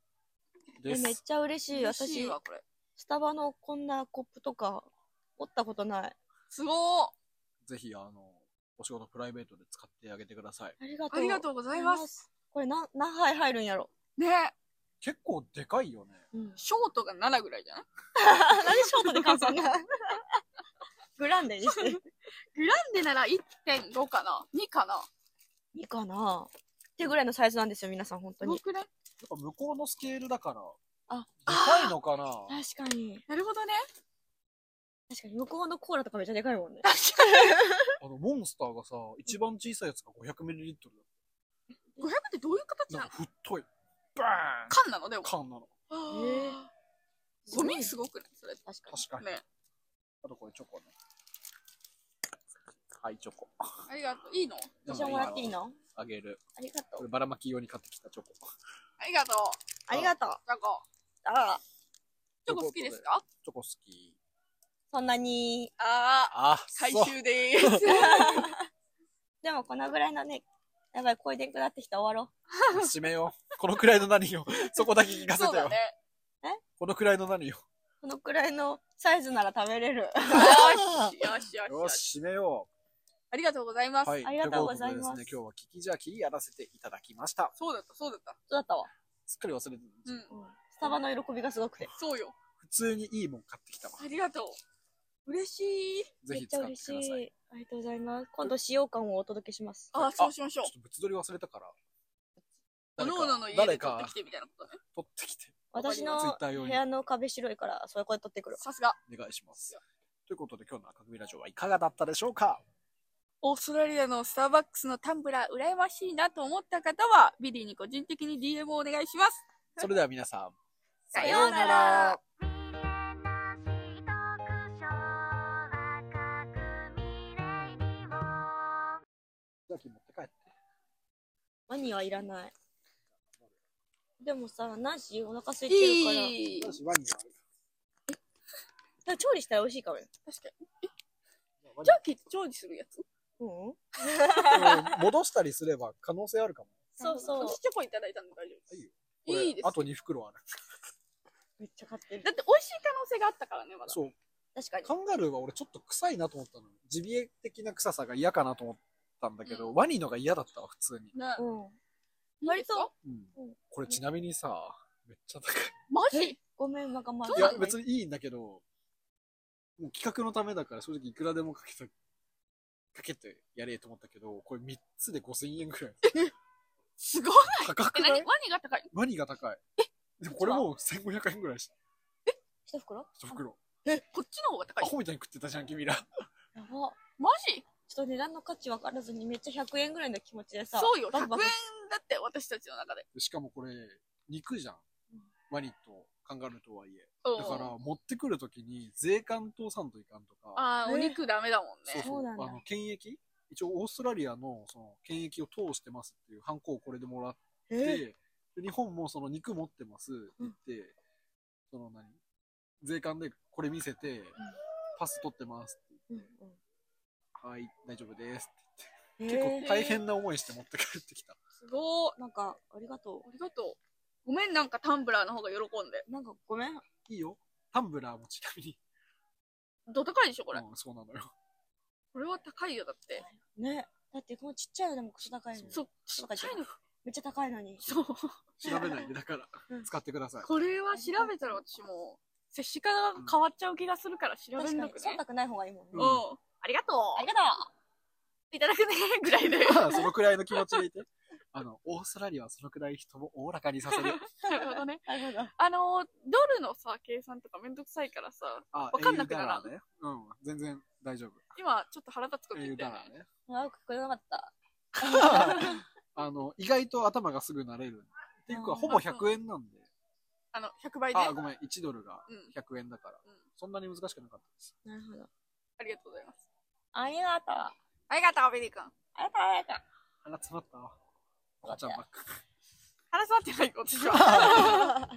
Speaker 2: え
Speaker 1: で
Speaker 2: めっ
Speaker 1: す。
Speaker 2: ちゃ嬉しい。
Speaker 3: 嬉しい
Speaker 2: 私、
Speaker 3: わ、これ。
Speaker 2: スタバのこんなコップとか、持ったことない。
Speaker 3: すごー。
Speaker 1: ぜひ、あの、お仕事プライベートで使ってあげてください。
Speaker 2: ありがとう。
Speaker 3: ありがとうございます。
Speaker 2: す。これな、何杯入るんやろ。
Speaker 3: ね
Speaker 1: 結構でかいよね。
Speaker 2: うん、
Speaker 3: ショートが7ぐらいじゃない
Speaker 2: なんでショートで換算がグランデにして。
Speaker 3: グランデなら1.5かな ?2 かない
Speaker 2: いかなってぐらいのサイズなんですよ、皆さん、本当
Speaker 3: どの
Speaker 2: に。
Speaker 3: くらい
Speaker 1: やっぱ向こうのスケールだから。
Speaker 2: あ
Speaker 1: でかいのかな
Speaker 2: 確かに。
Speaker 3: なるほどね。
Speaker 2: 確かに、向こうのコーラとかめっちゃでかいもんね。
Speaker 3: 確かに。
Speaker 1: あの、モンスターがさ、一番小さいやつが 500ml だっ
Speaker 3: 500ってどういう形
Speaker 1: た。な
Speaker 3: な
Speaker 1: ん
Speaker 3: の
Speaker 1: か太い。バ
Speaker 3: 缶なのでも
Speaker 1: ーン。缶なの。
Speaker 2: え
Speaker 3: はあゴミすごくないそれ。
Speaker 2: 確かに。
Speaker 1: 確かに。
Speaker 3: ね。
Speaker 1: あとこれチョコね。はい、チョコ。
Speaker 3: ありがとう。いいの
Speaker 2: 私はもらっていいの
Speaker 1: あげる。
Speaker 2: ありがと
Speaker 1: こ
Speaker 2: う。
Speaker 1: ればらまき用に買ってきたチョコ。
Speaker 3: ありがとう。
Speaker 2: ありがとう。
Speaker 3: チョコ。
Speaker 2: ああ、
Speaker 3: チョコ好きですか
Speaker 1: チョコ好き。
Speaker 2: そんなに。
Speaker 3: ああ、
Speaker 1: あ、
Speaker 3: 回
Speaker 1: そう。
Speaker 3: 収でーす。
Speaker 2: でも、このぐらいのね、やばい、声でんくなってきた、終わろ
Speaker 1: 締めよう。このくらいの 何よ。そこだけ聞かせ
Speaker 3: そう
Speaker 1: て
Speaker 3: だ
Speaker 1: よ
Speaker 3: ね。。
Speaker 1: このくらいの何よ。
Speaker 2: う。このくらいのサイズなら食べれる。
Speaker 3: よし、よし、
Speaker 1: よ
Speaker 3: よし。
Speaker 1: し、締めよ
Speaker 3: ありがとうございま
Speaker 1: う。
Speaker 3: す。
Speaker 1: はい。
Speaker 2: ありがとうございます
Speaker 1: ということでですね、今日は聞きじゃ切りやらせていただきました。
Speaker 3: そうだった、そうだった。
Speaker 2: そうだったわ。
Speaker 1: すっかり忘れてた、
Speaker 3: うん。
Speaker 2: スタバの喜びがすごくて。
Speaker 3: そうよ。
Speaker 1: 普通にいいもん買ってきたわ。
Speaker 3: ありがとう。嬉しい。
Speaker 1: ぜ
Speaker 2: め
Speaker 1: ひ
Speaker 2: っち
Speaker 1: 使っ
Speaker 2: ゃ
Speaker 1: てく
Speaker 2: 嬉
Speaker 1: だ
Speaker 2: し
Speaker 1: さい。
Speaker 2: い。ありがとうございます。今度使用感をお届けします。
Speaker 3: あ、そうしましょう
Speaker 1: ちょ。っと物撮り忘れたから。
Speaker 3: おのおのの家
Speaker 1: 誰
Speaker 3: で取って
Speaker 1: か
Speaker 3: きてみたいなことね。
Speaker 1: 撮ってきて、
Speaker 2: 私
Speaker 1: ツイッ
Speaker 2: の
Speaker 1: ター用
Speaker 2: 部
Speaker 1: に
Speaker 2: 屋の壁白いから、そういう声取ってくる。
Speaker 3: さすが。
Speaker 1: お願いします。ということで今日の赤組ラジオはいかがだったでしょうか
Speaker 3: オーストラリアのスターバックスのタンブラー羨ましいなと思った方は、ビリーに個人的に DM をお願いします。
Speaker 1: それでは皆さん、
Speaker 3: さようなら。
Speaker 1: ジャーキー持って帰って。
Speaker 2: ワニはいらない。でもさ、ナンシーお腹空いてるから、
Speaker 3: い
Speaker 1: よ
Speaker 3: い。確
Speaker 1: し、ワニは
Speaker 2: なんか調理したら美味しいかもよ。
Speaker 3: かに。
Speaker 1: ワニ
Speaker 3: 長期って調理するやつ
Speaker 2: うん
Speaker 1: うん戻したりすれば可能性あるかも。
Speaker 2: そうそう。
Speaker 3: 私チョコいただいたんで大丈夫
Speaker 1: いいよこ
Speaker 3: です。
Speaker 1: れ
Speaker 3: いいです。
Speaker 1: あと2袋ある。
Speaker 2: めっちゃ買ってる
Speaker 3: だ。って美味しい可能性があったからね、まだ。
Speaker 1: そう。
Speaker 2: 確かに。
Speaker 1: カンガルーは俺ちょっと臭いなと思ったの。ジビエ的な臭さが嫌かなと思ったんだけど、
Speaker 3: うん
Speaker 1: ワニのが嫌だったわ、普通に。
Speaker 3: ね
Speaker 2: うん。
Speaker 3: いいですか
Speaker 1: うんこれちなみにさ、めっちゃ高い。
Speaker 3: マジ
Speaker 2: ごめん、わがま
Speaker 3: そ
Speaker 1: い
Speaker 3: うな
Speaker 1: や
Speaker 3: んだ、
Speaker 1: 別にいいんだけど、もう企画のためだから正直いくらでもかけた、かけてやれと思ったけど、これ3つで5000円くらい。
Speaker 3: すごい。
Speaker 1: 高く
Speaker 3: え、何
Speaker 1: な
Speaker 3: ワ
Speaker 1: い
Speaker 3: ニが高い。
Speaker 1: ワニが高い。でもこれもう1500円くらいした。
Speaker 2: 一袋
Speaker 1: 一袋。
Speaker 3: え、こっちの方が
Speaker 1: ア
Speaker 3: 高い。
Speaker 1: ホみたいに食ってたじゃん、君ら。
Speaker 2: やば。
Speaker 3: マジ
Speaker 2: ちょっと値段の価値分からずにめっちゃ100円ぐらいの気持ちでさ。
Speaker 3: そうよ。100
Speaker 2: バ
Speaker 3: 円
Speaker 2: クバク
Speaker 3: だって、私たちの中で。
Speaker 1: しかもこれ、肉じゃん
Speaker 2: うん。
Speaker 1: ワニとカンガルーとはいえ。
Speaker 3: だ
Speaker 1: だから、持ってくるときに税関通さんといかんとか、
Speaker 3: あー、お肉ダメだもん
Speaker 1: そう
Speaker 3: ね。
Speaker 1: そ、
Speaker 2: そうう
Speaker 1: あ
Speaker 2: なんだ
Speaker 1: の、検疫一応オーストラリアのその検疫を通してますっていうハンコをこれでもらっ
Speaker 2: え
Speaker 1: で
Speaker 2: ー、
Speaker 1: で日本もその肉持ってますって言って、その何税関でこれ見せて、パス取ってますって
Speaker 2: う
Speaker 1: 言
Speaker 2: ん
Speaker 1: って、はい、大丈夫です
Speaker 2: うん
Speaker 1: って言って、
Speaker 2: え
Speaker 1: 結構大変な思いして持って帰ってきた。
Speaker 3: すごー。
Speaker 2: ーなんか、ありがと
Speaker 3: ありがとう。ごめん、なんかタンブラーの方が喜んで。
Speaker 2: う。なんかごめん。
Speaker 1: いいよ。タンブラーもちなみに。
Speaker 3: ど高いでしょ、これ。
Speaker 1: うん、そうなのよ。
Speaker 3: これは高いよ、だって。
Speaker 2: ね。だってこのちっちゃいのでもクソ高いの。
Speaker 3: そう、ちっちゃいの。
Speaker 2: めっちゃ高いのに。
Speaker 3: そう。
Speaker 1: 調べないで、だから
Speaker 2: う、ん
Speaker 1: 使ってください。
Speaker 3: これは調べたら私も、接し方が変わっちゃう気がするから調べ
Speaker 2: 確
Speaker 3: ん
Speaker 2: か
Speaker 3: な
Speaker 2: に
Speaker 3: く。ね
Speaker 2: 忖。度ない方がいいもんね
Speaker 1: う。
Speaker 3: うんん。ありがと
Speaker 2: あり
Speaker 3: う。
Speaker 2: がと
Speaker 3: いただくね、ぐらいで。
Speaker 1: まあそのくらいの気持ちでいて。あの、オーストラリアはそのくらい人をおおらかにさせ る。
Speaker 3: なるほどね。
Speaker 2: うなるほど。
Speaker 3: あのー、ドルのさ、計算とかめんどくさいからさ、
Speaker 1: あ
Speaker 3: わかんなくならん
Speaker 1: 英雄ダラーね。うん、全然大丈夫。
Speaker 3: 今ちょっと腹立つこと
Speaker 1: 英
Speaker 3: 言っ
Speaker 1: 雄
Speaker 3: た
Speaker 1: ダ
Speaker 3: よ
Speaker 1: ラ
Speaker 3: ね。
Speaker 1: ーね。
Speaker 2: 長く聞こえなかった。
Speaker 1: あの、意外と頭がすぐ慣れる。っていうか、
Speaker 2: あー
Speaker 1: ほぼ100円なんで。
Speaker 3: あの、100倍ね。
Speaker 1: あ、ごめん、1ドルが
Speaker 3: うん。
Speaker 1: 100円だから
Speaker 3: うん。
Speaker 1: そんなに難しくなかったです。
Speaker 2: なるほど。
Speaker 3: ありがとうございます。
Speaker 2: ありがとう。
Speaker 3: ありがとう、ベリー君。
Speaker 2: ありがとう、ありがと
Speaker 1: あら、詰まったわ。おばちゃんばっか。
Speaker 3: 話すまってない、私は。